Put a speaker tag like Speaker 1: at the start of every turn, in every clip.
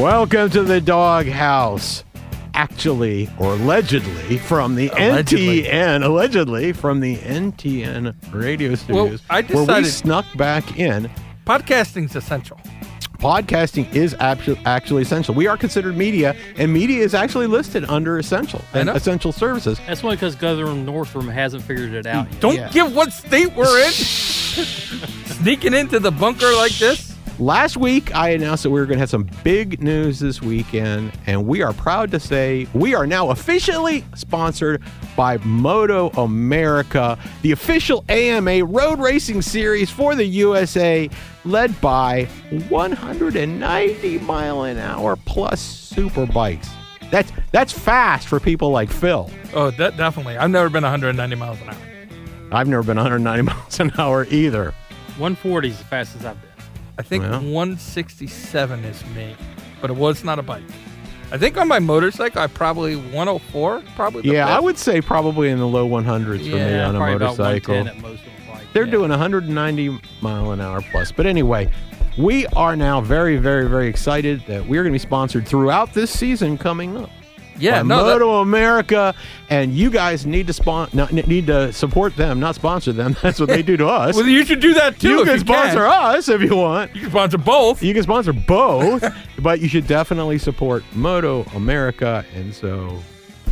Speaker 1: Welcome to the doghouse. Actually, or allegedly, from the
Speaker 2: Allegedly.
Speaker 1: NTN, allegedly from the NTN radio studios,
Speaker 2: I
Speaker 1: where we
Speaker 2: decided-
Speaker 1: snuck back in.
Speaker 2: Podcasting's essential.
Speaker 1: Podcasting is actu- actually essential. We are considered media, and media is actually listed under essential
Speaker 2: I
Speaker 1: and
Speaker 2: know.
Speaker 1: essential services.
Speaker 3: That's only because Guthrum Northrum hasn't figured it out yet.
Speaker 2: Don't
Speaker 1: Yeah.
Speaker 2: give what state we're in. Sneaking into the bunker like this.
Speaker 1: Last week, I announced that we were going to have some big news this weekend, and we are proud to say we are now officially sponsored by Moto America, the official AMA road racing series for the USA, led by 190 mile an hour plus super bikes. That's that's fast for people like Phil.
Speaker 2: Oh, de- definitely. I've never been 190 miles an hour.
Speaker 1: I've never been 190 miles an hour either.
Speaker 3: 140 is the fastest I've been.
Speaker 2: I think
Speaker 1: Well.
Speaker 2: 167 is me, but it was not a bike. I think on my motorcycle, I probably 104. Probably. The
Speaker 1: Yeah, I
Speaker 2: best.
Speaker 1: would say probably in the low 100s for me on a
Speaker 3: probably
Speaker 1: motorcycle.
Speaker 3: about 110 at most on a bike.
Speaker 1: They're
Speaker 3: yeah.
Speaker 1: doing 190 mile an hour plus. But anyway, we are now very, very, very excited that we're going to be sponsored throughout this season coming up.
Speaker 2: Yeah,
Speaker 1: by
Speaker 2: no, that-
Speaker 1: Moto America, and you guys need to spon- not, n- need to support them, not sponsor them. That's what they do to us.
Speaker 2: well, you should do that too.
Speaker 1: you
Speaker 2: if
Speaker 1: can sponsor
Speaker 2: Can.
Speaker 1: us if you want.
Speaker 2: You can sponsor both.
Speaker 1: You can sponsor both, but you should definitely support Moto America. And so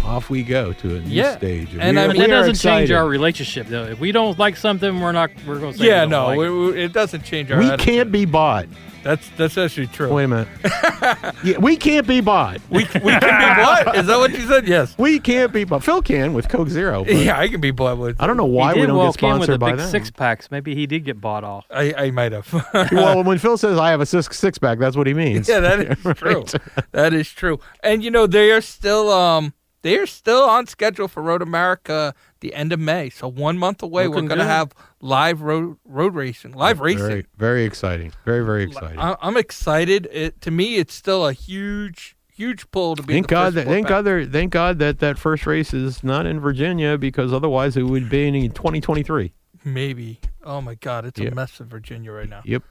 Speaker 1: off we go to a new
Speaker 2: Yeah,
Speaker 1: stage.
Speaker 2: and
Speaker 1: We
Speaker 2: I
Speaker 1: are-
Speaker 3: But
Speaker 2: mean-
Speaker 1: we
Speaker 3: that
Speaker 1: are
Speaker 3: doesn't change
Speaker 1: excited.
Speaker 3: our relationship, though. If we don't like something, we're not. We're going to say.
Speaker 2: Yeah,
Speaker 3: we don't
Speaker 2: no,
Speaker 3: like
Speaker 2: we,
Speaker 3: it.
Speaker 2: we, it doesn't change our.
Speaker 1: We
Speaker 2: attitude.
Speaker 1: can't be bought.
Speaker 2: That's that's actually true.
Speaker 1: Wait a minute. yeah, we can't be bought.
Speaker 2: We, we can be blood. Is that what you said? Yes.
Speaker 1: We can't be bought. Phil can with Coke Zero. but
Speaker 2: Yeah, I can be blood with.
Speaker 1: I don't know
Speaker 3: He
Speaker 1: why
Speaker 3: did
Speaker 1: we don't get
Speaker 3: walk in with
Speaker 1: sponsored
Speaker 3: a
Speaker 1: by
Speaker 3: big
Speaker 1: them.
Speaker 3: Six packs. Maybe he did get bought off.
Speaker 2: I, I might have.
Speaker 1: well, when Phil says I have a six six pack, that's what he means.
Speaker 2: yeah, that is true. That is true. And you know they are still um they are still on schedule for Road America the end of May. So one month away, we're
Speaker 3: Looking
Speaker 2: gonna
Speaker 3: good.
Speaker 2: have live road road racing, live racing.
Speaker 1: Very, very exciting. Very, very exciting.
Speaker 2: I, I'm excited. It, to me, it's still a huge huge pull to be.
Speaker 1: thank
Speaker 2: the
Speaker 1: God
Speaker 2: first
Speaker 1: that
Speaker 2: sport
Speaker 1: thank
Speaker 2: back.
Speaker 1: God there, thank God that that first race is not in Virginia because otherwise it would be in 2023.
Speaker 2: Maybe. Oh my God, it's
Speaker 1: Yeah.
Speaker 2: a mess in Virginia right now.
Speaker 1: Yep.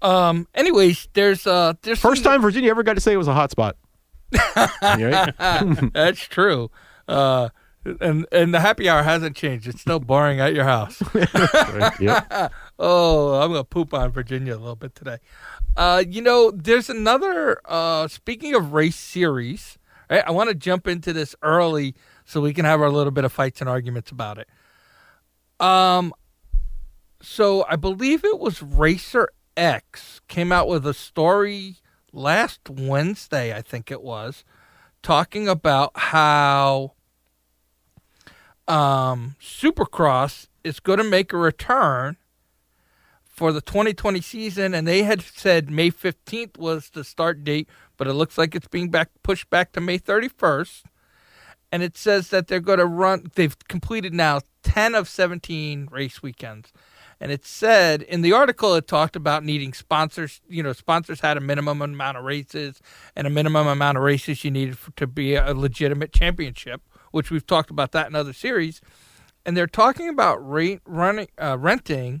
Speaker 2: Um. Anyways, there's uh there's some-
Speaker 1: First time Virginia ever got to say it was a hot spot. Right?
Speaker 2: That's true. Uh, and and the happy hour hasn't changed. It's still boring at your house.
Speaker 1: Yep.
Speaker 2: Oh, I'm gonna poop on Virginia a little bit today. Uh, you know, there's another. Uh, speaking of race series, right, I want to jump into this early so we can have our little bit of fights and arguments about it. Um, so I believe it was Racer X came out with a story last Wednesday, I think it was, talking about how um, Supercross is going to make a return for the 2020 season, and they had said May 15th was the start date, but it looks like it's being back pushed back to May 31st. And it says that they're going to run. They've completed now 10 of 17 race weekends. And it said in the article, it talked about needing sponsors. You know, sponsors had a minimum amount of races and a minimum amount of races you needed for, to be a legitimate championship, which we've talked about that in other series. And they're talking about rate, running, uh, renting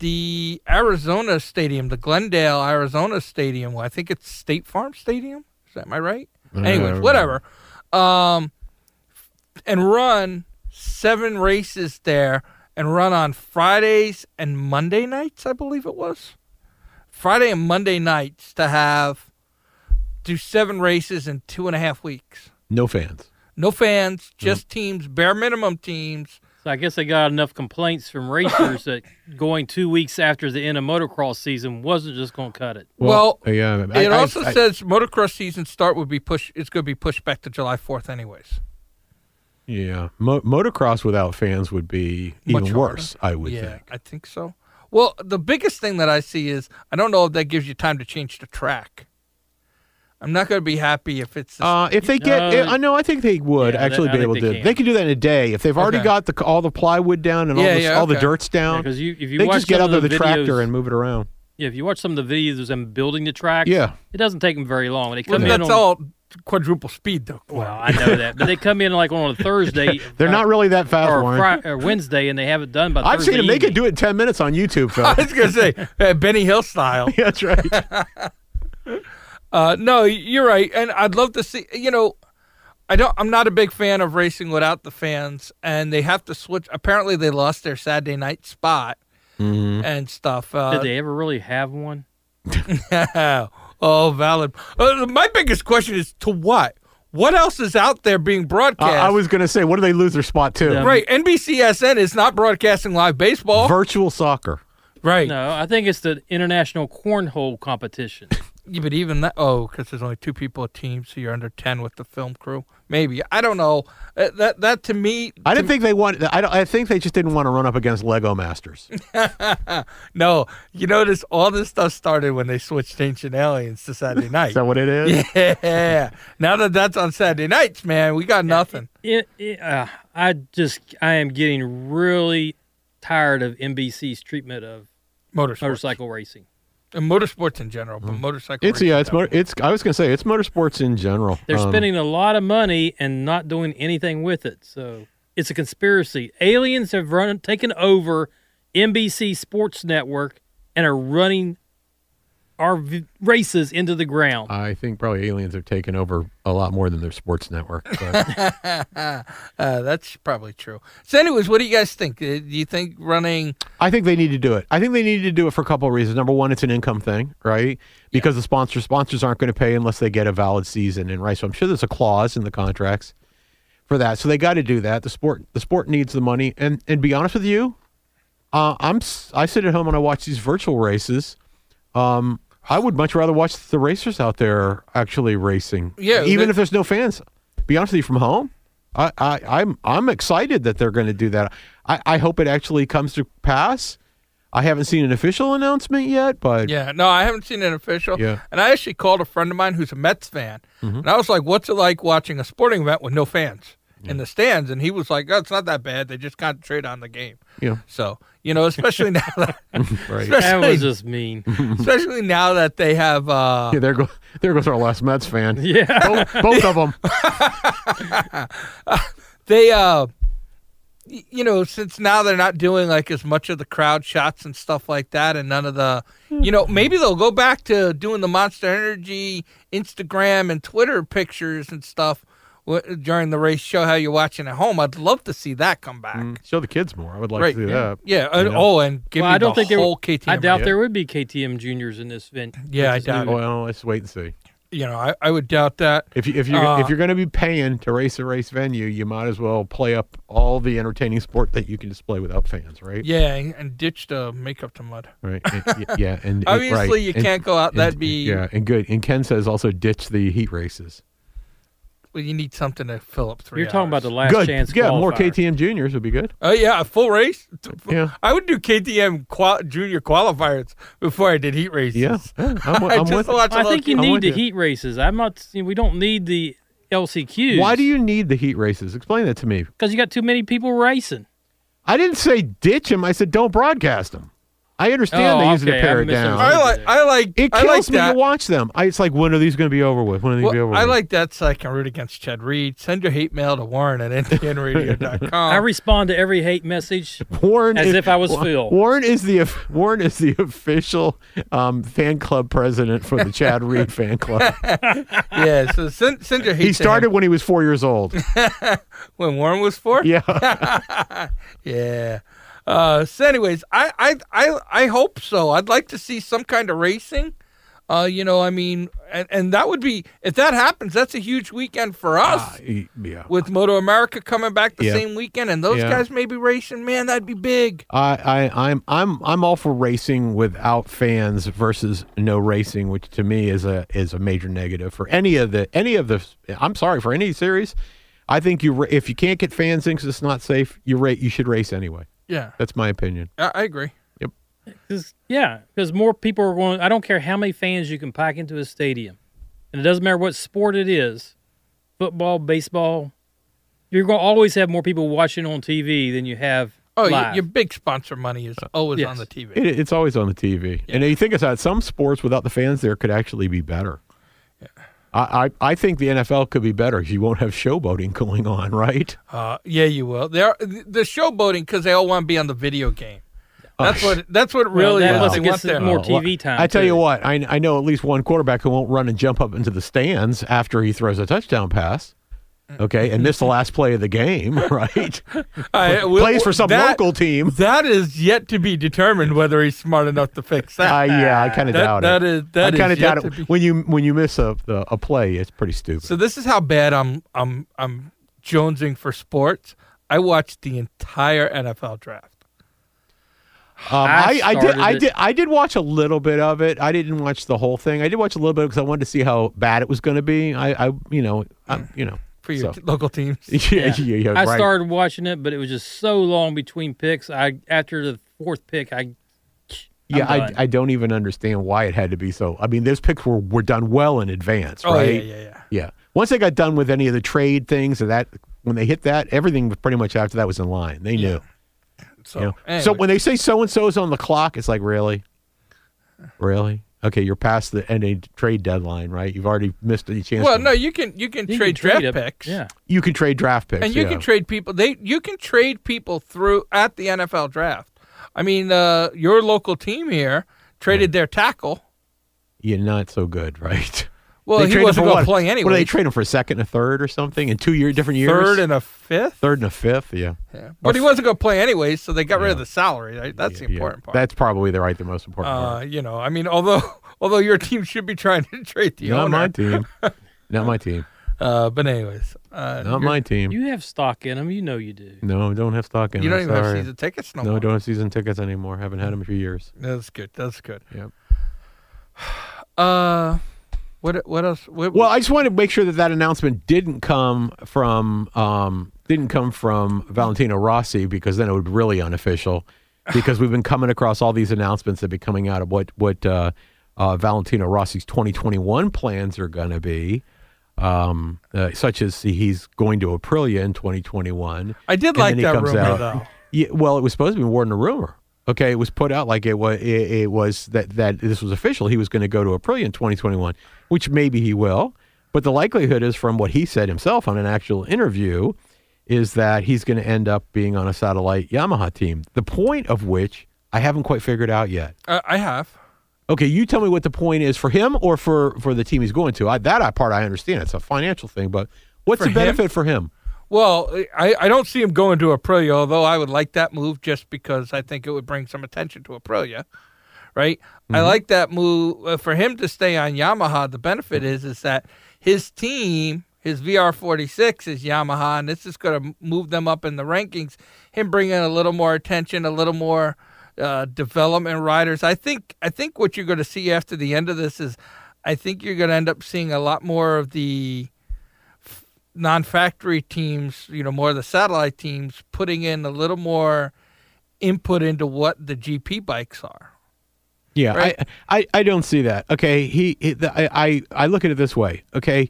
Speaker 2: the Arizona Stadium, the Glendale, Arizona Stadium. Well, I think it's State Farm Stadium. Is that my right? Anyways, whatever. Um, and run seven races there, and run on Fridays and Monday nights. I believe it was Friday and Monday nights to have do seven races in two and a half weeks.
Speaker 1: No fans.
Speaker 2: No fans, just teams, bare minimum teams.
Speaker 3: So I guess they got enough complaints from racers that going two weeks after the end of motocross season wasn't just going to cut it.
Speaker 2: Well,
Speaker 1: uh, yeah. I-
Speaker 2: It
Speaker 1: I-
Speaker 2: also
Speaker 1: I-
Speaker 2: says motocross season start would be push. It's going to be pushed back to July fourth, anyways.
Speaker 1: Yeah, Mo- motocross without fans would be even
Speaker 2: Much harder.
Speaker 1: worse. I would
Speaker 2: yeah,
Speaker 1: think.
Speaker 2: I think so. Well, the biggest thing that I see is I don't know if that gives you time to change the track. I'm not going to be happy if it's. the-
Speaker 1: Uh, if they get,
Speaker 3: No.
Speaker 1: I know. I think they would
Speaker 3: Yeah,
Speaker 1: actually
Speaker 3: I
Speaker 1: be
Speaker 3: think
Speaker 1: able
Speaker 3: they
Speaker 1: to.
Speaker 3: can.
Speaker 1: They can do that in a day if they've already
Speaker 2: Okay.
Speaker 1: got the all the plywood down and all,
Speaker 2: Yeah,
Speaker 1: the,
Speaker 2: yeah,
Speaker 1: all the
Speaker 2: okay.
Speaker 1: dirt's down.
Speaker 3: Because you, if you
Speaker 1: they
Speaker 3: watch
Speaker 1: just get
Speaker 3: some
Speaker 1: out there
Speaker 3: of
Speaker 1: the,
Speaker 3: the
Speaker 1: tractor
Speaker 3: videos-
Speaker 1: and move it around.
Speaker 3: yeah, if you watch some of the videos of them building the tracks,
Speaker 1: Yeah.
Speaker 3: it doesn't take them very long. They
Speaker 2: well,
Speaker 3: come in
Speaker 2: that's
Speaker 3: on,
Speaker 2: all quadruple speed though.
Speaker 3: Well, I know that, but they come in like on a Thursday.
Speaker 1: They're
Speaker 3: uh,
Speaker 1: not really that fast,
Speaker 3: or,
Speaker 1: Warren.
Speaker 3: Fri- or Wednesday, and they have it done by.
Speaker 1: I've
Speaker 3: Thursday
Speaker 1: seen them. They could
Speaker 3: evening.
Speaker 1: do it in ten minutes on YouTube, Phil.
Speaker 2: I was going to say uh, Benny Hill style.
Speaker 1: Yeah, That's right.
Speaker 2: Uh, no, you're right, and I'd love to see. You know, I don't. I'm not a big fan of racing without the fans, and they have to switch. Apparently, they lost their Saturday night spot
Speaker 1: Mm-hmm.
Speaker 2: and stuff. Uh,
Speaker 3: Did they ever really have one?
Speaker 2: oh, valid. Uh, my biggest question is to what? What else is out there being broadcast?
Speaker 1: I was um, going to say, what do they lose their spot to?
Speaker 3: Yeah.
Speaker 2: right. NBCSN is not broadcasting live baseball.
Speaker 1: Virtual soccer.
Speaker 2: right.
Speaker 3: No, I think it's the international cornhole competition.
Speaker 2: Yeah, but even that, oh, because there's only two people a team, so you're under ten with the film crew. Maybe I don't know. Uh, that that to me,
Speaker 1: I didn't think they wanted. I, don't, I think they just didn't want to run up against Lego Masters.
Speaker 2: no. You notice all this stuff started when they switched Ancient Aliens to Saturday night.
Speaker 1: Is that what it is?
Speaker 2: yeah. Now that that's on Saturday nights, man, we got nothing.
Speaker 3: It, it, uh, I just, I am getting really tired of NBC's treatment of
Speaker 2: Motorsports.
Speaker 3: motorcycle racing.
Speaker 2: And motorsports in general, but motorcycle.
Speaker 1: Mm-hmm. It's
Speaker 2: racing
Speaker 1: yeah. It's mo-
Speaker 2: definitely.
Speaker 1: it's. I was going to say it's motorsports in general.
Speaker 3: They're
Speaker 1: Um,
Speaker 3: spending a lot of money and not doing anything with it. So it's a conspiracy. Aliens have run taken over NBC Sports Network and are running our v- races into the ground.
Speaker 1: I think probably aliens have taken over a lot more than their sports network. But
Speaker 2: Uh, that's probably true. So, anyways, what do you guys think? Uh, Do you think running?
Speaker 1: I think they need to do it. I think they need to do it for a couple of reasons. Number one, it's an income thing, right? Because the sponsors sponsors aren't going to pay unless they get a valid season, and right. So I'm sure there's a clause in the contracts for that. So they got to do that. The sport the sport needs the money. And and be honest with you, uh, I'm s- I sit at home and I watch these virtual races. Um, I would much rather watch the racers out there actually racing.
Speaker 2: Yeah,
Speaker 1: even
Speaker 2: they-
Speaker 1: if there's no fans. Be honest with you, from home, I, I I'm I'm excited that they're going to do that. I, I hope it actually comes to pass. I haven't seen an official announcement yet, but
Speaker 2: Yeah, no, I haven't seen it official.
Speaker 1: Yeah. Mm-hmm.
Speaker 2: and I actually called a friend of mine who's a Mets fan, and I was like, "What's it like watching a sporting event with no fans in the stands?" And he was like, "Oh, it's not that bad. They just concentrate on the game."
Speaker 1: yeah,
Speaker 2: So you know, especially now, that,
Speaker 1: Uh, right.
Speaker 3: That
Speaker 2: especially,
Speaker 3: was just mean.
Speaker 2: especially now that they have. Uh,
Speaker 1: Yeah, there go there goes our last Mets fan.
Speaker 3: yeah.
Speaker 1: Both, both of them.
Speaker 2: they uh y- you know since now they're not doing like as much of the crowd shots and stuff like that and none of the you
Speaker 3: Mm-hmm.
Speaker 2: know maybe they'll go back to doing the monster energy instagram and twitter pictures and stuff wh- during the race show how you're watching at home i'd love to see that come back
Speaker 1: Show the kids more. I would like
Speaker 2: right
Speaker 1: to do
Speaker 2: yeah,
Speaker 1: that.
Speaker 2: yeah. and-
Speaker 1: Mm. Yeah.
Speaker 2: oh and give
Speaker 3: Well,
Speaker 2: me
Speaker 3: I don't
Speaker 2: the
Speaker 3: think they were-
Speaker 2: whole KTM
Speaker 3: I doubt
Speaker 2: race.
Speaker 3: there would be KTM juniors in this event.
Speaker 2: Yeah, I
Speaker 3: This is
Speaker 2: doubt
Speaker 3: new.
Speaker 1: Well, let's wait and see.
Speaker 2: you know I, I would doubt that
Speaker 1: If you if you
Speaker 2: Uh,
Speaker 1: if you're going to be paying to race a race venue, you might as well play up all the entertaining sport that you can display without fans, right?
Speaker 2: yeah and and ditch the makeup to mud
Speaker 1: Right. And- y- yeah. And and-
Speaker 2: obviously
Speaker 1: right.
Speaker 2: you
Speaker 1: And-
Speaker 2: can't go out
Speaker 1: and-
Speaker 2: Uh, that'd be
Speaker 1: yeah. And good. And Ken says also ditch the heat races.
Speaker 2: well, you need something to fill up three
Speaker 3: You're talking about
Speaker 2: hours.
Speaker 3: the last
Speaker 1: good.
Speaker 3: chance.
Speaker 1: yeah. More
Speaker 3: qualifier.
Speaker 1: KTM juniors would be good.
Speaker 2: Oh yeah, a full race.
Speaker 1: Yeah.
Speaker 2: I would do KTM qual- junior qualifiers before I did heat races.
Speaker 1: Yeah. I'm, wi-
Speaker 2: I
Speaker 1: I'm with.
Speaker 2: just watched.
Speaker 3: I think you
Speaker 1: I
Speaker 3: need
Speaker 1: want
Speaker 3: the
Speaker 1: to.
Speaker 3: heat races. I'm not. see, We don't need the LCQs.
Speaker 1: Why do you need the heat races? Explain that to me.
Speaker 3: Because you got too many people racing.
Speaker 1: I didn't say ditch them. I said don't broadcast them. I understand
Speaker 3: Oh,
Speaker 1: they use it to
Speaker 3: okay,
Speaker 1: pare
Speaker 3: I
Speaker 1: it down.
Speaker 2: I like. I like.
Speaker 1: It
Speaker 2: I like
Speaker 1: kills me
Speaker 2: that.
Speaker 1: to watch them. I, it's like when are these going to be over with? When are these
Speaker 2: Well,
Speaker 1: going to be over
Speaker 2: I
Speaker 1: with?
Speaker 2: like that so I can root against Chad Reed. Send your hate mail to Warren at NTNRadio.com.
Speaker 3: I
Speaker 1: Uh.
Speaker 3: respond to every hate message.
Speaker 1: Warren
Speaker 3: As
Speaker 1: is-
Speaker 3: if I was
Speaker 1: Wa-
Speaker 3: Phil.
Speaker 1: Warren is the of- Warren is the official um, fan club president for the Chad Reed fan club.
Speaker 2: yeah, so send, send your hate.
Speaker 1: He
Speaker 2: to
Speaker 1: started
Speaker 2: him.
Speaker 1: when he was four years old.
Speaker 2: when Warren was four.
Speaker 1: Yeah,
Speaker 2: Yeah. Uh, so, anyways, I, I I I hope so. I'd like to see some kind of racing. Uh, you know, I mean, and, and that would be if that happens, that's a huge weekend for us.
Speaker 3: Ah,
Speaker 1: Uh, he- yeah.
Speaker 2: with Moto America coming back the
Speaker 1: Yeah.
Speaker 2: same weekend, and those
Speaker 1: Yeah.
Speaker 2: guys may be racing. Man, that'd be big.
Speaker 1: I, I, I'm, I'm, I'm all for racing without fans versus no racing, which to me is a is a major negative for any of the any of the. I'm sorry for any series. I think you ra- if you can't get fans in because it's not safe, you rate you should race anyway.
Speaker 2: Yeah,
Speaker 1: That's my opinion.
Speaker 2: I, I agree.
Speaker 3: 'Cause- yeah, because more people are going. I don't care how many fans you can pack into a stadium, and it doesn't matter what sport it is, football, baseball. You're going to always have more people watching on TV than you have
Speaker 2: Oh, your,
Speaker 3: live.
Speaker 2: your big sponsor money is always
Speaker 3: yes.
Speaker 2: on the TV.
Speaker 1: It, it's always on the TV. And you think about it, some sports without the fans there could actually be better. I, I, I think the NFL could be better if you won't have showboating going on, right?
Speaker 2: Uh, yeah, you will. They're the showboating because they all want to be on the video game. That's what that's what really
Speaker 3: that
Speaker 2: what
Speaker 3: must
Speaker 2: they
Speaker 3: get
Speaker 2: want
Speaker 3: some
Speaker 2: there.
Speaker 3: more
Speaker 1: Oh,
Speaker 3: TV
Speaker 1: well,
Speaker 3: time,
Speaker 1: I tell
Speaker 3: too.
Speaker 1: you what, I, I know at least one quarterback who won't run and jump up into the stands after he throws a touchdown pass. Okay, and miss the last play of the game, right?
Speaker 2: I- we-
Speaker 1: Oh. Plays for some
Speaker 2: that-
Speaker 1: local team.
Speaker 2: That is yet to be determined whether he's smart enough to fix that.
Speaker 1: Uh, yeah, I kind of
Speaker 2: That-
Speaker 1: doubt
Speaker 2: that
Speaker 1: it.
Speaker 2: is- that
Speaker 1: I
Speaker 2: is
Speaker 1: kind of
Speaker 2: yet
Speaker 1: doubt it.
Speaker 2: to be-
Speaker 1: When you when you miss a the, a play, it's pretty stupid.
Speaker 2: So this is how bad I'm I'm I'm jonesing for sports. I watched the entire NFL draft.
Speaker 1: Um, I,
Speaker 3: I
Speaker 1: I did.
Speaker 3: started
Speaker 1: I
Speaker 3: it.
Speaker 1: did. I did watch a little bit of it. I didn't watch the whole thing. I did watch a little bit because I wanted to see how bad it was going to be. I, I, you know, I, you know,
Speaker 2: For your
Speaker 1: So.
Speaker 2: t- local teams,
Speaker 1: yeah, yeah, yeah,
Speaker 3: I
Speaker 1: right.
Speaker 3: started watching it, but it was just so long between picks. I after the fourth pick, I
Speaker 1: yeah,
Speaker 3: I'm
Speaker 1: I,
Speaker 3: done.
Speaker 1: I don't even understand why it had to be so. I mean, those picks were were done well in advance,
Speaker 2: oh
Speaker 1: right?
Speaker 2: yeah, yeah, yeah.
Speaker 1: Yeah. Once they got done with any of the trade things and that, when they hit that, everything was pretty much after that was in line. They knew.
Speaker 2: So,
Speaker 1: you know?
Speaker 2: Oh, anyway.
Speaker 1: So when they say so and so is on the clock, it's like really, really. Okay, you're past the NA trade deadline, right? You've already missed any chance.
Speaker 2: well,
Speaker 1: to-
Speaker 2: no, you can you can
Speaker 3: you
Speaker 2: trade
Speaker 3: can trade
Speaker 2: draft
Speaker 3: it.
Speaker 2: picks.
Speaker 3: Yeah,
Speaker 1: you can trade draft picks,
Speaker 2: and you
Speaker 1: yeah.
Speaker 2: can trade people. They you can trade people through at the NFL draft. I mean, uh, your local team here traded their tackle.
Speaker 1: you're not so good, right?
Speaker 2: Well, he
Speaker 1: traded
Speaker 2: wasn't
Speaker 1: for
Speaker 2: going
Speaker 1: what?
Speaker 2: to play
Speaker 1: What do they
Speaker 2: anyway.
Speaker 1: trade him for? A second, and a third, or something? In two year different years,
Speaker 2: Third and a fifth.
Speaker 1: third and a fifth, yeah.
Speaker 2: Yeah. But he wasn't going to play anyway, so they got rid of the salary. Right? That's
Speaker 1: Yeah,
Speaker 2: the
Speaker 1: yeah.
Speaker 2: important part.
Speaker 1: That's probably the right, the most important
Speaker 2: Uh,
Speaker 1: part.
Speaker 2: you know, I mean, although although your team should be trying to trade the
Speaker 1: Not
Speaker 2: owner,
Speaker 1: my team. Not my team.
Speaker 2: Uh, but anyways, uh,
Speaker 1: Not
Speaker 2: you're-
Speaker 1: my team.
Speaker 3: you have stock in them. You know you do.
Speaker 1: no, don't have stock in.
Speaker 2: You don't
Speaker 1: them,
Speaker 2: even have
Speaker 1: sorry.
Speaker 2: season Oh. tickets no,
Speaker 1: No,
Speaker 2: more.
Speaker 1: don't have season tickets anymore. Haven't had them for years.
Speaker 2: That's good. That's good.
Speaker 1: Yep.
Speaker 2: Uh, what what else? What,
Speaker 1: Well, I just wanted to make sure that that announcement didn't come from um, didn't come from Valentino Rossi because then it would be really unofficial. Because we've been coming across all these announcements that be coming out of what what uh, uh, Valentino Rossi's 2021 plans are going to be, um, uh, such as he's going to Aprilia in 2021.
Speaker 2: I did
Speaker 1: And
Speaker 2: like
Speaker 1: then he
Speaker 2: that
Speaker 1: comes
Speaker 2: rumor
Speaker 1: out.
Speaker 2: though.
Speaker 1: Yeah, well, it was supposed to be more than a rumor. Okay, it was put out like it was. It, it was that that this was official. He was going to go to Aprilia in 2021, which maybe he will. But the likelihood is, from what he said himself on an actual interview, is that he's going to end up being on a satellite Yamaha team. The point of which I haven't quite figured out yet.
Speaker 2: Uh, I have.
Speaker 1: Okay, you tell me what the point is for him or for for the team he's going to. I, that I part I understand. It's a financial thing, but what's
Speaker 2: For
Speaker 1: the
Speaker 2: him?
Speaker 1: benefit for him?
Speaker 2: Well, I, I don't see him going to Aprilia, although I would like that move just because I think it would bring some attention to Aprilia, right? I like that move uh, for him to stay on Yamaha. The benefit is is that his team, his VR46 is Yamaha, and this is going to move them up in the rankings. Him bringing a little more attention, a little more uh, development riders. I think I think what you're going to see after the end of this is, I think you're going to end up seeing a lot more of the non-factory teams, you know, more of the satellite teams putting in a little more input into what the GP bikes are.
Speaker 1: Yeah,
Speaker 2: Right?
Speaker 1: I, I I don't see that. Okay, he, he the, I, I I look at it this way. Okay,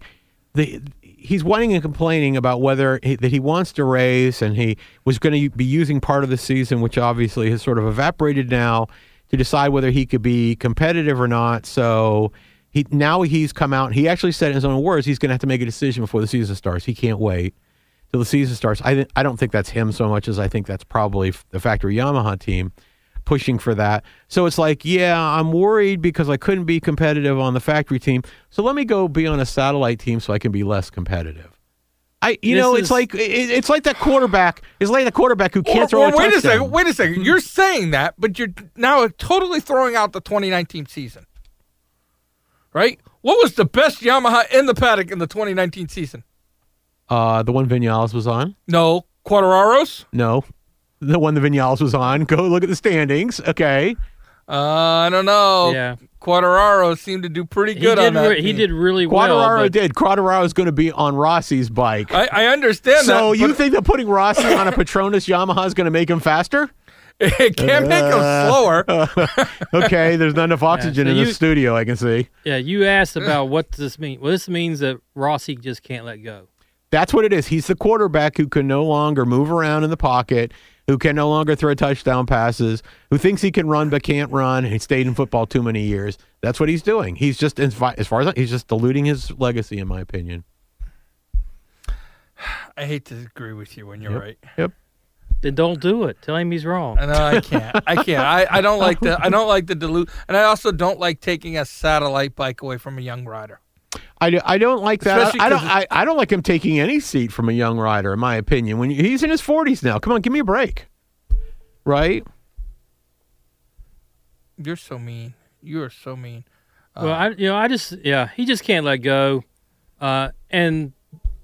Speaker 1: the he's whining and complaining about whether he, that he wants to race and he was going to be using part of the season, which obviously has sort of evaporated now, to decide whether he could be competitive or not. So. He, now he's come out. He actually said in his own words, he's going to have to make a decision before the season starts. He can't wait till the season starts. I th- I don't think that's him so much as I think that's probably f- the factory Yamaha team pushing for that. So it's like, yeah, I'm worried because I couldn't be competitive on the factory team. So let me go be on a satellite team so I can be less competitive. I you
Speaker 3: This
Speaker 1: know, it's
Speaker 3: is-
Speaker 1: like it, it's like that quarterback. It's like the quarterback who can't throw
Speaker 2: or, or
Speaker 1: a
Speaker 2: wait
Speaker 1: touchdown.
Speaker 2: a second, wait a
Speaker 3: Hmm.
Speaker 2: second. You're saying that, but you're now totally throwing out the 2019 season. Right? What was the best Yamaha in the paddock in the 2019 season?
Speaker 1: Uh, the one Vinales was on?
Speaker 2: No, Quadraros?
Speaker 1: No. The one the Vinales was on. Go look at the standings. Okay.
Speaker 2: Uh, I don't know.
Speaker 3: Yeah.
Speaker 2: Quadraro seemed to do pretty
Speaker 3: He
Speaker 2: Oh, good
Speaker 3: did.
Speaker 2: on that.
Speaker 3: re- he
Speaker 2: team.
Speaker 3: did really
Speaker 1: Quadraro
Speaker 3: well. but-
Speaker 1: did. Quadraro is going to be on Rossi's bike.
Speaker 2: I, I understand that.
Speaker 1: so you
Speaker 2: but
Speaker 1: think that putting Rossi on a Patronus Yamaha is going to make him faster?
Speaker 2: it can't make him
Speaker 1: Uh,
Speaker 2: slower.
Speaker 1: Okay, there's not enough oxygen
Speaker 3: so
Speaker 1: in the
Speaker 3: you-
Speaker 1: studio. I can see.
Speaker 3: Yeah, you asked about what does this mean. Well, this means that Rossi just can't let go.
Speaker 1: That's what it is. He's the quarterback who can no longer move around in the pocket, who can no longer throw touchdown passes, who thinks he can run but can't run. He stayed in football too many years. That's what he's doing. He's just as fi- as far as I- he's just diluting his legacy, in my opinion.
Speaker 2: I hate to agree with you when you're right.
Speaker 1: Yep.
Speaker 3: Then don't do it. Tell him he's wrong.
Speaker 2: No, I can't. I can't. I, I don't like the I don't like the dilute, and I also don't like taking a satellite bike away from a young rider.
Speaker 1: I, do, I don't like that.
Speaker 2: Especially
Speaker 1: I don't
Speaker 2: 'cause
Speaker 1: I, I don't like him taking any seat from a young rider, in my opinion. When you, he's in his forties now, come on, give me a break, right?
Speaker 2: You're so mean. You are so mean.
Speaker 3: Well,
Speaker 1: Uh,
Speaker 3: I you know I just yeah he just can't let go, uh, and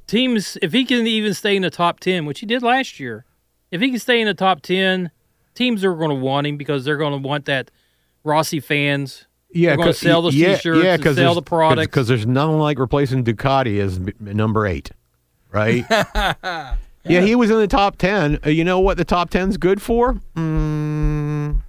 Speaker 3: teams if he can even stay in the top ten, which he did last year, if he can stay in the top ten, teams are going to want him because they're going to want that Rossi fans.
Speaker 1: Yeah,
Speaker 3: They're gonna
Speaker 1: 'cause-
Speaker 3: sell the
Speaker 1: yeah,
Speaker 3: t-shirts
Speaker 1: yeah,
Speaker 3: and
Speaker 1: 'cause
Speaker 3: sell
Speaker 1: there's-
Speaker 3: the products.
Speaker 1: 'cause- 'cause there's nothing like replacing Ducati as b- number eight, right? yeah. he was in the top ten. Uh, You know what the top ten's good for? Mm,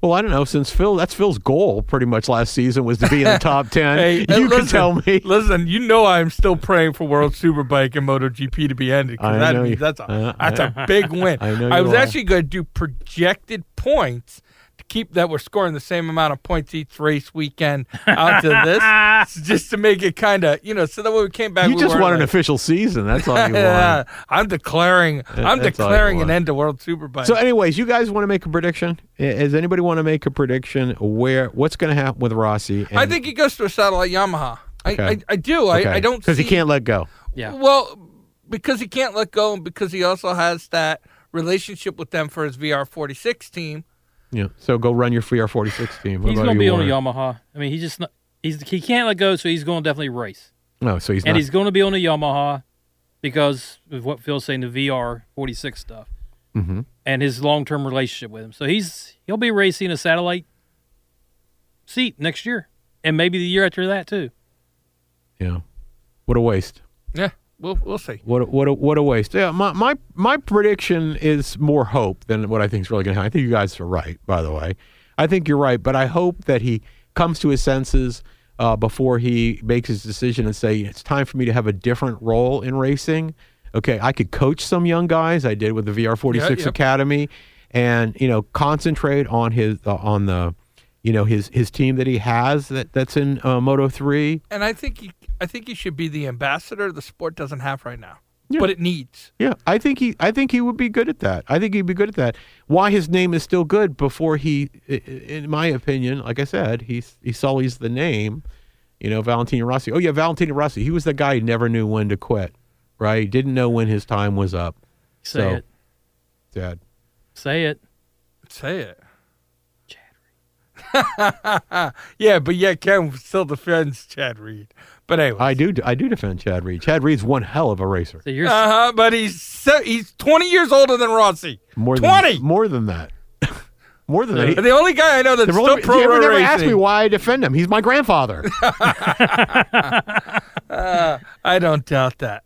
Speaker 1: well, I don't know. Since Phil, that's Phil's goal pretty much last season was to be in the top ten.
Speaker 2: Hey,
Speaker 1: you
Speaker 2: uh,
Speaker 1: can
Speaker 2: listen,
Speaker 1: tell me.
Speaker 2: Listen, you know I'm still praying for World Superbike and MotoGP to be ended. 'cause
Speaker 1: I
Speaker 2: that
Speaker 1: know
Speaker 2: means
Speaker 1: you-
Speaker 2: that's a
Speaker 1: uh,
Speaker 2: that's a big win.
Speaker 1: I know
Speaker 2: I
Speaker 1: you
Speaker 2: was
Speaker 1: are.
Speaker 2: actually going to do projected points to keep that we're scoring the same amount of points each race weekend out to this, so just to make it kind of you know, so that when we came back,
Speaker 1: You
Speaker 2: we
Speaker 1: just
Speaker 2: weren't
Speaker 1: want an
Speaker 2: like,
Speaker 1: official season. That's all you
Speaker 2: yeah,
Speaker 1: want.
Speaker 2: I'm declaring. I'm
Speaker 1: that's all you
Speaker 2: declaring an
Speaker 1: want.
Speaker 2: end to World Superbike.
Speaker 1: So, anyways, you guys want to make a prediction? I- Does anybody want to make a prediction where what's going to happen with Rossi?
Speaker 2: I think he goes to a satellite Yamaha. I,
Speaker 1: Okay.
Speaker 2: I, I do. I, I don't
Speaker 1: because he
Speaker 2: see-
Speaker 1: can't let go.
Speaker 3: Yeah.
Speaker 2: Well, because he can't let go, and because he also has that relationship with them for his VR forty six team.
Speaker 1: Yeah. So go run your VR 46 team. What
Speaker 3: He's
Speaker 1: about
Speaker 3: going to
Speaker 1: you,
Speaker 3: be on a
Speaker 1: Warren?
Speaker 3: Yamaha. I mean, he just not, he's he can't let go, so he's going to definitely race,
Speaker 1: No, Oh, so he's
Speaker 3: and
Speaker 1: not.
Speaker 3: he's going to be on a Yamaha because of what Phil's saying, the VR forty six stuff,
Speaker 1: Mhm.
Speaker 3: and his long term relationship with him. So he's he'll be racing a satellite seat next year, and maybe the year after that too.
Speaker 1: yeah. What a waste.
Speaker 2: Yeah, we'll we'll see.
Speaker 1: What a, what a, what a waste. Yeah. My my my prediction is more hope than what I think is really going to happen. I think you guys are right. By the way, I think you're right, but I hope that he comes to his senses. Uh, before he makes his decision and say it's time for me to have a different role in racing, okay, I could coach some young guys. I did with the VR forty six
Speaker 2: yep.
Speaker 1: Academy, and you know concentrate on his uh, on the, you know his his team that he has that that's in uh, Moto three.
Speaker 2: And I think he I think he should be the ambassador the sport doesn't have right now,
Speaker 1: Yeah.
Speaker 2: but it needs.
Speaker 1: Yeah, I think he I think he would be good at that. I think he'd be good at that. Why his name is still good before he i- i- in my opinion, like I said, he he sullies the name, you know, Valentino Rossi. Oh yeah, Valentino Rossi. He was the guy who never knew when to quit, right? Didn't know when his time was up.
Speaker 3: Say
Speaker 1: So-
Speaker 3: it,
Speaker 1: Dad.
Speaker 3: say it.
Speaker 2: Say it.
Speaker 3: Chad
Speaker 2: yeah, but yeah, Ken still defends Chad Reed. But anyway,
Speaker 1: I do I do defend Chad Reed. Chad Reed's one hell of a racer.
Speaker 3: So you're
Speaker 2: Uh huh. But he's se- he's twenty years older than Rossi.
Speaker 1: More
Speaker 2: twenty.
Speaker 1: than more than that. more than that. He-
Speaker 2: the only guy I know that's
Speaker 1: the
Speaker 2: still
Speaker 1: only-
Speaker 2: pro
Speaker 1: you ever
Speaker 2: road
Speaker 1: never
Speaker 2: racing.
Speaker 1: asked me why I defend him. He's my grandfather.
Speaker 2: Uh, I don't doubt that.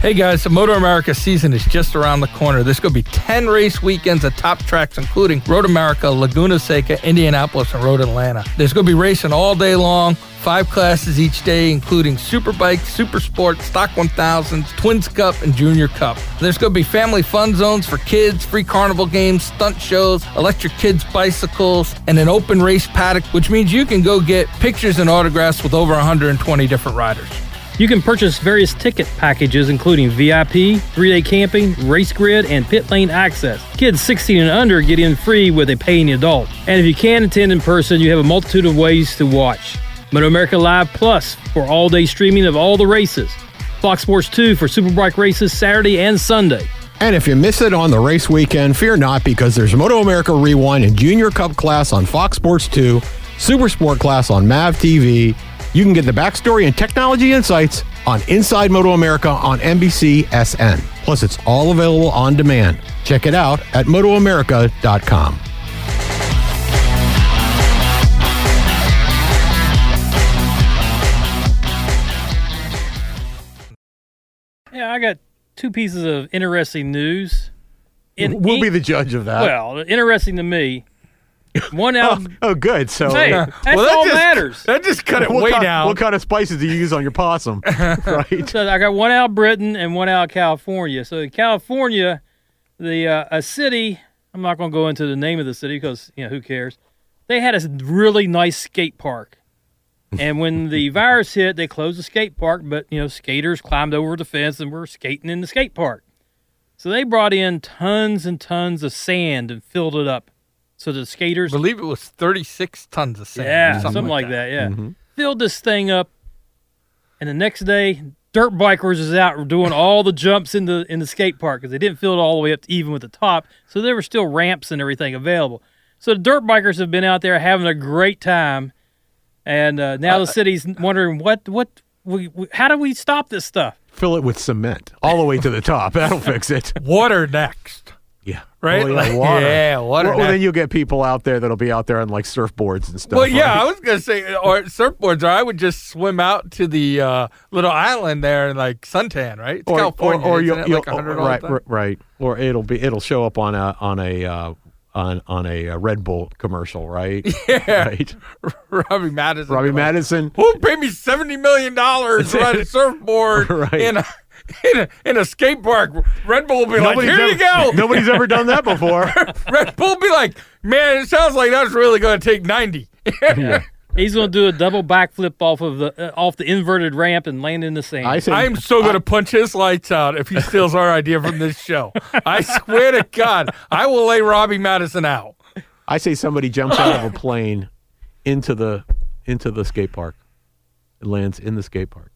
Speaker 2: Hey guys, the Motor America season is just around the corner. There's going to be 10 race weekends at top tracks, including Road America, Laguna Seca, Indianapolis, and Road Atlanta. There's going to be racing all day long, five classes each day, including Superbike, Super Sport, Stock 1000s, Twins Cup, and Junior Cup. There's going to be family fun zones for kids, free carnival games, stunt shows, electric kids' bicycles, and an open race paddock, which means you can go get pictures and autographs with over 120 different riders.
Speaker 3: You can purchase various ticket packages, including VIP, three day camping, race grid, and pit lane access. Kids 16 and under get in free with a paying adult. And if you can attend in person, you have a multitude of ways to watch. Moto America Live Plus for all day streaming of all the races. Fox Sports 2 for Superbike races Saturday and Sunday.
Speaker 1: And if you miss it on the race weekend, fear not because there's Moto America Rewind and Junior Cup class on Fox Sports 2, Super Sport class on MAV TV. You can get the backstory and technology insights on Inside Moto America on NBCSN. Plus, it's all available on demand. Check it out at motoamerica.com.
Speaker 3: Yeah, I got two pieces of interesting news. In
Speaker 1: we'll be
Speaker 3: Eng-
Speaker 1: the judge of that.
Speaker 3: well, interesting to me. One out.
Speaker 1: oh, oh, good. So,
Speaker 3: Hey,
Speaker 1: uh,
Speaker 3: that's all matters.
Speaker 2: That just cut it
Speaker 1: what,
Speaker 2: way
Speaker 1: kind,
Speaker 2: down.
Speaker 1: what kind of spices do you use on your possum? right?
Speaker 3: So I got one out of Britain and one out of California. So in California, the uh, a city. I'm not going to go into the name of the city because you know who cares. They had a really nice skate park, and when the virus hit, they closed the skate park, but you know, skaters climbed over the fence and were skating in the skate park. So they brought in tons and tons of sand and filled it up. So the
Speaker 2: I
Speaker 3: skaters
Speaker 2: believe it was 36 tons of sand. or
Speaker 3: yeah, something, like that. Mm-hmm. Yeah,
Speaker 1: Mm-hmm.
Speaker 3: filled this thing up, and the next day, dirt bikers is out doing all the jumps in the in the skate park because they didn't fill it all the way up to even with the top, so there were still ramps and everything available. So the dirt bikers have been out there having a great time, and uh, now the city's wondering what what we, we, how do we stop this stuff?
Speaker 1: Fill it with cement all the way to the top. That'll fix it.
Speaker 2: Water next.
Speaker 1: Yeah.
Speaker 2: Right?
Speaker 1: Oh, yeah,
Speaker 2: Like,
Speaker 1: water.
Speaker 2: yeah, water
Speaker 1: Well, well,
Speaker 2: now.
Speaker 1: then you'll get people out there that'll be out there on like surfboards and stuff.
Speaker 2: Well, yeah,
Speaker 1: right?
Speaker 2: I was gonna say, uh, or surfboards, or I would just swim out to the uh, little island there and like suntan, right? It's
Speaker 1: Or,
Speaker 2: California,
Speaker 1: or, or
Speaker 2: isn't
Speaker 1: you'll,
Speaker 2: it
Speaker 1: you'll- oh,
Speaker 2: like 100 all the
Speaker 1: right,
Speaker 2: time?
Speaker 1: r- right, or it'll be it'll show up on a on a uh, on on a uh, Red Bull commercial, right?
Speaker 2: Yeah.
Speaker 1: right.
Speaker 2: Robbie Madison.
Speaker 1: Robbie
Speaker 2: like,
Speaker 1: Madison.
Speaker 2: Who paid me seventy million dollars to ride a surfboard
Speaker 1: Right.
Speaker 2: in a in a, in a skate park? Red Bull will be
Speaker 1: Nobody's
Speaker 2: like, "Here you go."
Speaker 1: ever- Nobody's ever done that before.
Speaker 2: Red Bull will be like, "Man, it sounds like that's really going to take 90.
Speaker 3: He's gonna do a double backflip off of the uh, off the inverted ramp and land in the sand.
Speaker 1: I say,
Speaker 2: I am so going to punch his lights out if he steals our idea from this show. I swear to God, I will lay Robbie Madison out.
Speaker 1: I say somebody jumps out of a plane into the into the skate park, It lands in the skate park,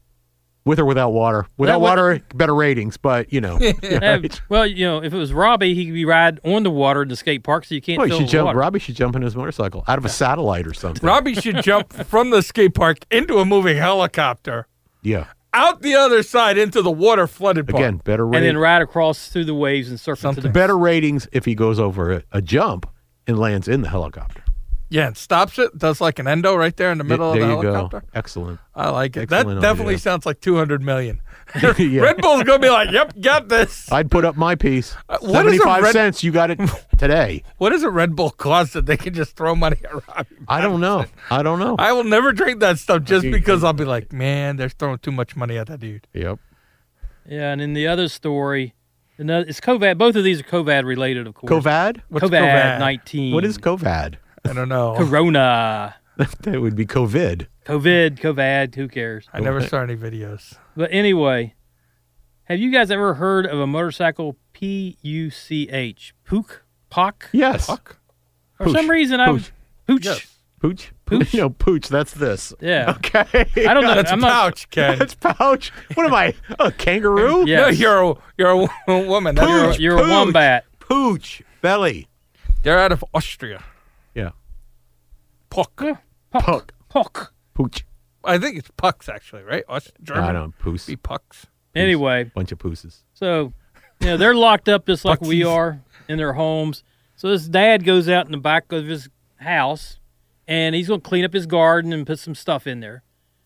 Speaker 1: with or without water. Without
Speaker 3: That would-
Speaker 1: water, better ratings, but you know, yeah,
Speaker 3: Yeah,
Speaker 1: right.
Speaker 3: well, you know, if it was Robbie, he could be ride on the water in the skate park, so you can't
Speaker 1: Well, he
Speaker 3: fill
Speaker 1: should
Speaker 3: the
Speaker 1: jump.
Speaker 3: water.
Speaker 1: Robbie should jump in his motorcycle out of a satellite or something.
Speaker 2: Robbie should jump from the skate park into a moving helicopter,
Speaker 1: yeah.
Speaker 2: out the other side into the water flooded park.
Speaker 1: Again, better
Speaker 3: and then
Speaker 1: ratings.
Speaker 3: ride across through the waves and surf into the
Speaker 1: Better ratings if he goes over a, a jump and lands in the helicopter.
Speaker 2: Yeah, and stops it, does like an endo right there in the middle
Speaker 1: there
Speaker 2: of the
Speaker 1: you
Speaker 2: helicopter.
Speaker 1: go. Excellent.
Speaker 2: I like it. that
Speaker 1: Excellent
Speaker 2: definitely
Speaker 1: idea.
Speaker 2: sounds like 200 million.
Speaker 1: Yeah.
Speaker 2: Red Bull's going to be like, yep, got this.
Speaker 1: I'd put up my piece.
Speaker 3: Uh,
Speaker 2: what is a
Speaker 1: Seventy-five
Speaker 2: red-
Speaker 1: cents. You got it today.
Speaker 2: What is a Red Bull cost that they can just throw money at Robbie?
Speaker 1: I don't know. I don't know.
Speaker 2: I will never drink that stuff just
Speaker 1: You-
Speaker 2: because I'll be like, man, they're throwing too much money at that dude.
Speaker 1: Yep.
Speaker 3: Yeah, and in the other story, another, it's COVID. Both of these are COVID related, of course.
Speaker 1: Covad.
Speaker 2: What's
Speaker 3: COVID nineteen.
Speaker 1: What is Covad?
Speaker 2: I don't know.
Speaker 3: Corona?
Speaker 1: that would be COVID.
Speaker 3: COVID, COVID. Who cares?
Speaker 2: I never saw any videos.
Speaker 3: But anyway, have you guys ever heard of a motorcycle P U C H? Puch, pock.
Speaker 1: Yes.
Speaker 2: Fuck.
Speaker 3: For some
Speaker 1: Pooch.
Speaker 3: reason, I was pooch.
Speaker 2: Yes.
Speaker 1: Pooch.
Speaker 3: Pooch?
Speaker 1: No, pooch. That's this.
Speaker 3: Yeah,
Speaker 1: Okay.
Speaker 3: I don't know.
Speaker 2: That's
Speaker 3: I'm
Speaker 2: a
Speaker 3: not.
Speaker 2: pouch, Ken.
Speaker 1: That's pouch. What am I? A kangaroo?
Speaker 3: Yeah.
Speaker 2: No, you're a, you're a woman. That's
Speaker 3: You're,
Speaker 2: right.
Speaker 3: a- you're a
Speaker 1: Pooch.
Speaker 3: wombat.
Speaker 1: Pooch. Belly.
Speaker 2: They're out of Austria.
Speaker 1: Yeah.
Speaker 2: Puck.
Speaker 1: Puck.
Speaker 3: Pock.
Speaker 1: Pooch.
Speaker 2: I think it's pucks actually, right? Us German.
Speaker 1: I don't poos.
Speaker 2: Be pucks.
Speaker 3: Anyway,
Speaker 1: Bunch of pooses.
Speaker 3: So, you know, they're locked up just like we
Speaker 2: Boxes.
Speaker 3: are in their homes. So this dad goes out in the back of his house, and he's going to clean up his garden and put some stuff in there.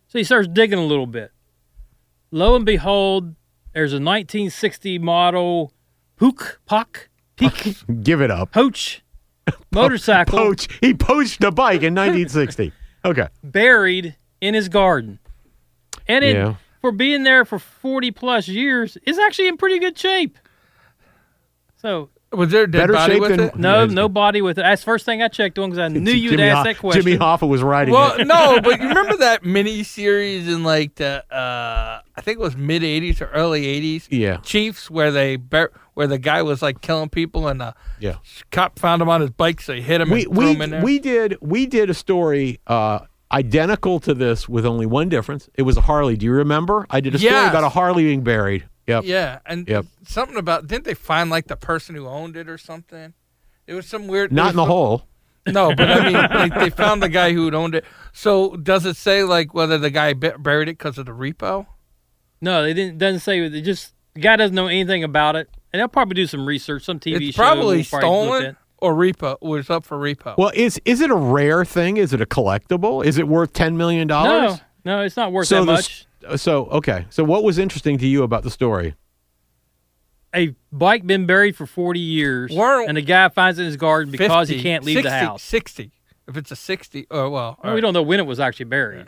Speaker 3: So he starts digging a little bit. Lo and behold, there's a 1960 model Hook Pock Peak
Speaker 1: Give it up.
Speaker 3: Poach motorcycle
Speaker 1: Poach. He poached a bike in 1960. Okay.
Speaker 3: buried in his garden. And it,
Speaker 1: Yeah.
Speaker 3: for being there for 40 plus years, it's actually in pretty good shape. So
Speaker 2: Was there a dead
Speaker 1: Better
Speaker 2: body
Speaker 1: shape
Speaker 2: with
Speaker 1: than-
Speaker 2: it?
Speaker 3: No,
Speaker 1: Yeah,
Speaker 3: nobody with it. That's the first thing I checked on because I knew you'd
Speaker 1: Jimmy
Speaker 3: ask
Speaker 1: Ho-
Speaker 3: that question.
Speaker 1: Jimmy Hoffa was riding
Speaker 2: Well,
Speaker 1: it.
Speaker 2: no, but you remember that mini series in like the uh, I think it was mid '80s or early '80s.
Speaker 1: Yeah.
Speaker 2: Chiefs, where they bur- where the guy was like killing people and the
Speaker 1: Yeah.
Speaker 2: cop found him on his bike, so he hit him
Speaker 1: We
Speaker 2: and threw
Speaker 1: we
Speaker 2: him in there.
Speaker 1: we did we did a story uh, identical to this with only one difference. It was a Harley. Do you remember? I did a story
Speaker 2: Yes.
Speaker 1: about a Harley being buried. Yep.
Speaker 2: yeah, and
Speaker 1: Yep.
Speaker 2: something about didn't they find like the person who owned it or something? It was some weird.
Speaker 1: Not
Speaker 2: it was
Speaker 1: in the
Speaker 2: some-
Speaker 1: hole.
Speaker 2: No, but I mean, like, they found the guy who had owned it. So does it say like whether the guy bu- buried it because of the repo?
Speaker 3: No, they didn't. Doesn't say. They just the guy doesn't know anything about it, and they'll probably do some research. Some TV
Speaker 2: it's
Speaker 3: show
Speaker 2: probably
Speaker 3: will probably look at
Speaker 2: stolen
Speaker 3: it.
Speaker 2: or repo was up for repo.
Speaker 1: Well, is is it a rare thing? Is it a collectible? Is it worth ten million
Speaker 3: No,
Speaker 1: dollars?
Speaker 3: no, it's not worth
Speaker 1: So
Speaker 3: that
Speaker 1: the
Speaker 3: much.
Speaker 1: s- So okay. So what was interesting to you about the story?
Speaker 3: A bike been buried for forty years,
Speaker 2: Weren't-
Speaker 3: and the guy finds it in his garden because
Speaker 2: 50,
Speaker 3: he can't leave
Speaker 2: 60,
Speaker 3: the house.
Speaker 2: 60. If it's a 60, or well,
Speaker 3: Well, we don't know when it was actually buried.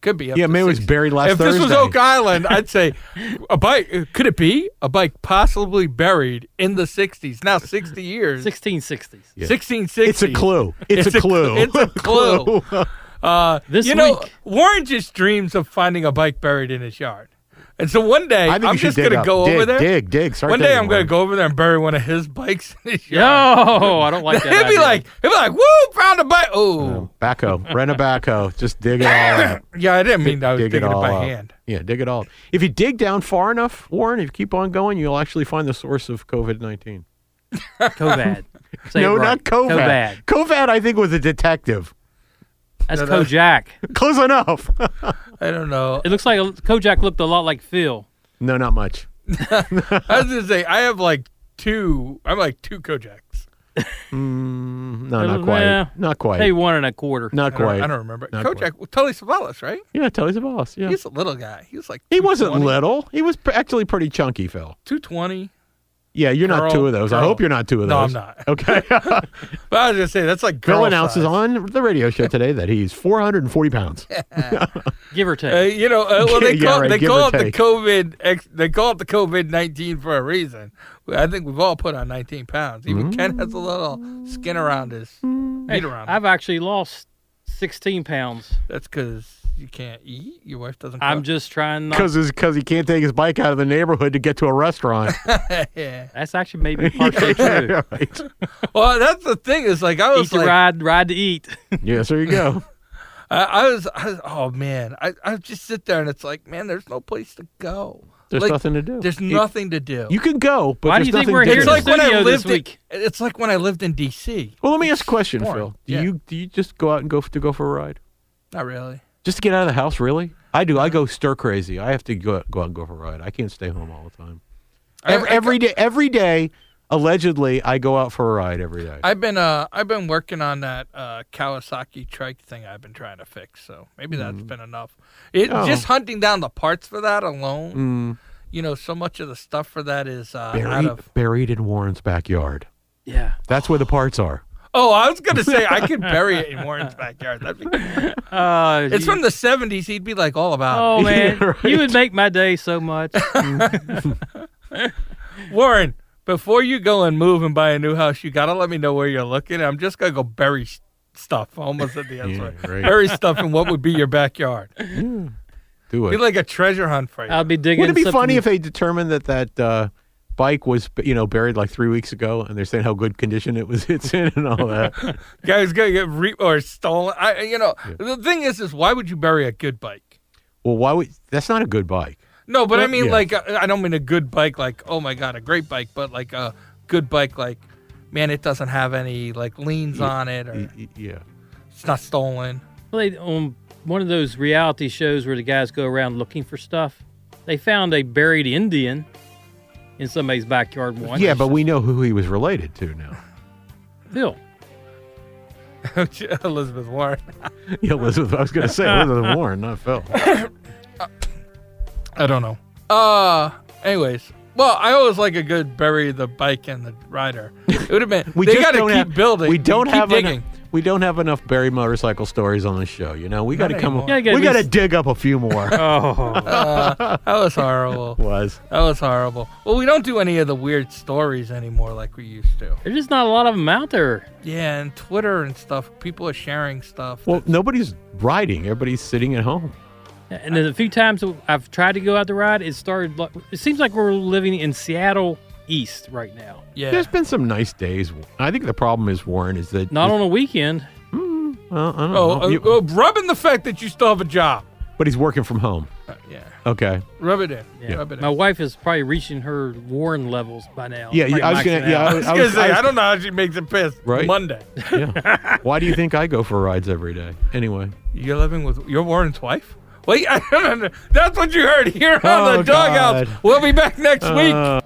Speaker 2: could be. Up
Speaker 1: yeah,
Speaker 2: to
Speaker 1: maybe it was
Speaker 2: 60.
Speaker 1: buried last
Speaker 2: If
Speaker 1: Thursday.
Speaker 2: this was Oak Island, I'd say a bike. uh, Could it be a bike possibly buried in the 60s? Now 60 years,
Speaker 3: Sixteen sixties.
Speaker 1: Yeah.
Speaker 2: 1660.
Speaker 1: It's a clue. It's,
Speaker 2: It's
Speaker 1: a
Speaker 2: a
Speaker 1: clue.
Speaker 2: cl- it's a clue. Uh,
Speaker 3: This
Speaker 2: you know,
Speaker 3: week.
Speaker 2: Warren just dreams of finding a bike buried in his yard, and so one day
Speaker 1: I think
Speaker 2: I'm
Speaker 1: you should
Speaker 2: just
Speaker 1: dig
Speaker 2: gonna
Speaker 1: up.
Speaker 2: go
Speaker 1: dig,
Speaker 2: over there.
Speaker 1: Dig, dig. Start
Speaker 2: one day
Speaker 1: digging,
Speaker 2: I'm gonna
Speaker 1: Warren.
Speaker 2: go over there and bury one of his bikes in his
Speaker 3: Yo,
Speaker 2: yard.
Speaker 3: I don't like that.
Speaker 2: he'll be
Speaker 3: idea.
Speaker 2: like, he'll be like, "Woo, found a bike!" Oh,
Speaker 1: Backhoe. Rent a backhoe. Just dig it all up.
Speaker 2: yeah, I didn't mean that. I was
Speaker 1: dig
Speaker 2: digging it,
Speaker 1: all
Speaker 2: by
Speaker 1: up.
Speaker 2: hand.
Speaker 1: Yeah, dig it all. up. If you dig down far enough, Warren, if you keep on going, you'll actually find the source of COVID nineteen.
Speaker 3: Kovad. Say
Speaker 1: No,
Speaker 3: it right.
Speaker 1: not COVID. COVID, I think, was a detective.
Speaker 3: That's
Speaker 2: No, no.
Speaker 3: Kojak.
Speaker 1: Close enough.
Speaker 2: I don't know.
Speaker 3: It looks like a, Kojak looked a lot like Phil.
Speaker 1: no, not much.
Speaker 2: I was gonna say I have like two. I'm like two Kojaks.
Speaker 1: Mm, no,
Speaker 3: Uh,
Speaker 1: not quite.
Speaker 3: yeah.
Speaker 1: Not quite.
Speaker 3: Hey, one and a quarter.
Speaker 1: not
Speaker 2: I don't,
Speaker 1: quite.
Speaker 2: I don't remember.
Speaker 1: Not
Speaker 2: Kojak, well, Tully Savalas, right?
Speaker 1: Yeah, Tully's a boss. Yeah,
Speaker 2: He's a little guy. He was like
Speaker 1: he wasn't
Speaker 2: 220.
Speaker 1: little. He was pr- actually pretty chunky, Phil.
Speaker 2: Two twenty.
Speaker 1: Yeah, you're
Speaker 2: Girl,
Speaker 1: not two of those. I
Speaker 2: girl.
Speaker 1: hope you're not two of those.
Speaker 2: No, I'm not.
Speaker 1: Okay.
Speaker 2: But I was gonna say that's like girl
Speaker 1: Phil announces
Speaker 2: size.
Speaker 1: on the radio show today that he's 440 pounds.
Speaker 3: Give or take.
Speaker 2: Uh, you know, uh, well, they
Speaker 1: Yeah,
Speaker 2: call,
Speaker 1: right,
Speaker 2: they
Speaker 1: give
Speaker 2: call
Speaker 1: or
Speaker 2: it the
Speaker 1: take.
Speaker 2: COVID. Ex, they call it the COVID nineteen for a reason. I think we've all put on nineteen pounds. Even Ken has a little skin around his
Speaker 3: Hey,
Speaker 2: meat around.
Speaker 3: I've actually lost 16 pounds.
Speaker 2: it. That's because you can't eat. Your wife doesn't.
Speaker 1: Uh,
Speaker 3: I'm
Speaker 2: cook.
Speaker 3: just trying not.
Speaker 1: Because he can't take his bike out of the neighborhood to get to a restaurant.
Speaker 2: yeah.
Speaker 3: That's actually maybe partially true.
Speaker 1: right.
Speaker 2: Well, that's the thing. Is like I
Speaker 3: Eat
Speaker 2: was
Speaker 3: to
Speaker 2: like,
Speaker 3: ride, ride to eat.
Speaker 1: Yes, there you go.
Speaker 2: I, I, was, I was, oh man, I, I just sit there and it's like, man, there's no place to go.
Speaker 1: There's
Speaker 2: Like,
Speaker 1: nothing to do.
Speaker 2: There's
Speaker 1: You-
Speaker 2: nothing to do.
Speaker 1: You can go, but
Speaker 3: Why do
Speaker 1: there's
Speaker 3: you think
Speaker 1: nothing
Speaker 3: we're
Speaker 1: to
Speaker 3: here?
Speaker 1: do.
Speaker 2: it's like when I
Speaker 3: Studio this
Speaker 2: lived.
Speaker 3: week.
Speaker 2: In, it's like when I lived in D.C.
Speaker 1: well, let me ask a question,
Speaker 2: boring.
Speaker 1: Phil. Do
Speaker 2: Yeah.
Speaker 1: you do you just go out and go f- to go for a ride?
Speaker 2: Not really.
Speaker 1: Just to get out of the house, really? I do. I go stir crazy. I have to go out, go out and go for a ride. I can't stay home all the time.
Speaker 2: I-
Speaker 1: Every,
Speaker 2: I-
Speaker 1: every day, every day, allegedly, I go out for a ride every day.
Speaker 2: I've been uh I've been working on that uh Kawasaki trike thing I've been trying to fix, so maybe that's been enough. It
Speaker 1: Mm. Oh.
Speaker 2: just hunting down the parts for that alone,
Speaker 1: Mm.
Speaker 2: you know, so much of the stuff for that is uh out
Speaker 1: buried,
Speaker 2: of
Speaker 1: buried in Warren's backyard.
Speaker 3: Yeah.
Speaker 1: That's where the parts are.
Speaker 2: Oh, I was gonna say I could bury it in Warren's backyard. That'd be
Speaker 3: Uh,
Speaker 2: it's
Speaker 3: you-
Speaker 2: from the seventies, he'd be like all about
Speaker 3: Oh
Speaker 1: Yeah,
Speaker 3: man,
Speaker 1: right.
Speaker 3: you would make my day so much. Oh.
Speaker 2: it. Warren, before you go and move and buy a new house, you gotta let me know where you're looking. I'm just gonna go bury s- stuff. I almost at the end.
Speaker 1: Yeah,
Speaker 2: sorry.
Speaker 1: right.
Speaker 2: Bury stuff in what would be your backyard.
Speaker 1: Do
Speaker 2: Be
Speaker 1: it.
Speaker 2: like a treasure hunt for you.
Speaker 3: I'll be digging.
Speaker 1: Would it be
Speaker 3: something-
Speaker 1: funny if they determined that that uh, bike was you know buried like three weeks ago, and they're saying how good condition it was it's in and all that?
Speaker 2: Guy's gonna get re- or stolen. I, you know, the thing is, is why would you bury a good bike?
Speaker 1: well, why would that's not a good bike?
Speaker 2: No, but I mean,
Speaker 1: yeah.
Speaker 2: like, uh, I I don't mean a good bike, like, oh my god, a great bike, but like a good bike, like, man, it doesn't have any like leans on it, or
Speaker 1: Y- y- Yeah.
Speaker 2: it's not stolen.
Speaker 3: Well, they, on one of those reality shows where the guys go around looking for stuff, they found a buried Indian in somebody's backyard once.
Speaker 1: Yeah, but we know who he was related to now.
Speaker 3: Phil,
Speaker 2: Elizabeth Warren.
Speaker 1: Yeah, Elizabeth. I was going to say Elizabeth Warren, not Phil.
Speaker 2: I don't know. Uh, anyways, well, I always like a good bury the bike and the rider. It would have been.
Speaker 1: We
Speaker 2: they
Speaker 1: just
Speaker 2: got to
Speaker 1: don't
Speaker 2: keep
Speaker 1: have,
Speaker 2: building.
Speaker 1: We don't
Speaker 2: keep
Speaker 1: have
Speaker 2: digging.
Speaker 1: Enough, we don't have enough buried motorcycle stories on the show. You know, we got to come.
Speaker 2: anymore. Yeah,
Speaker 3: you gotta
Speaker 1: we
Speaker 3: be
Speaker 1: got to
Speaker 3: s-
Speaker 1: dig up a few more.
Speaker 3: oh,
Speaker 2: that was horrible.
Speaker 1: was
Speaker 2: That was horrible. Well, we don't do any of the weird stories anymore like we used to.
Speaker 3: there's just not a lot of them out there.
Speaker 2: Yeah, and Twitter and stuff. People are sharing stuff.
Speaker 1: well, nobody's riding. Everybody's sitting at home.
Speaker 3: And then a few times I've tried to go out to ride, it started. like- It seems like we're living in Seattle East right now.
Speaker 2: yeah,
Speaker 1: There's been some nice days. I think the problem is Warren is that
Speaker 3: Not on a weekend.
Speaker 1: Well, I don't
Speaker 2: oh,
Speaker 1: know.
Speaker 2: uh,
Speaker 1: You-
Speaker 2: uh, rubbing the fact that you still have a job.
Speaker 1: but he's working from home.
Speaker 2: Uh, yeah,
Speaker 1: Okay.
Speaker 2: rub it in.
Speaker 3: Yeah.
Speaker 2: Rub it in.
Speaker 3: My wife is probably reaching her Warren levels by now.
Speaker 1: Yeah,
Speaker 3: Like
Speaker 1: yeah, I was
Speaker 3: maxing
Speaker 1: gonna- yeah,
Speaker 3: out.
Speaker 2: I was gonna say, I,
Speaker 1: I was-
Speaker 2: don't know how she makes it pissed.
Speaker 1: Right?
Speaker 2: Monday.
Speaker 1: Yeah. Why do you think I go for rides every day? Anyway.
Speaker 2: You're living with your Warren's wife? Wait, I don't know. That's what you heard here on
Speaker 1: Oh,
Speaker 2: the doghouse.
Speaker 1: God.
Speaker 2: We'll be back next week.
Speaker 1: Uh,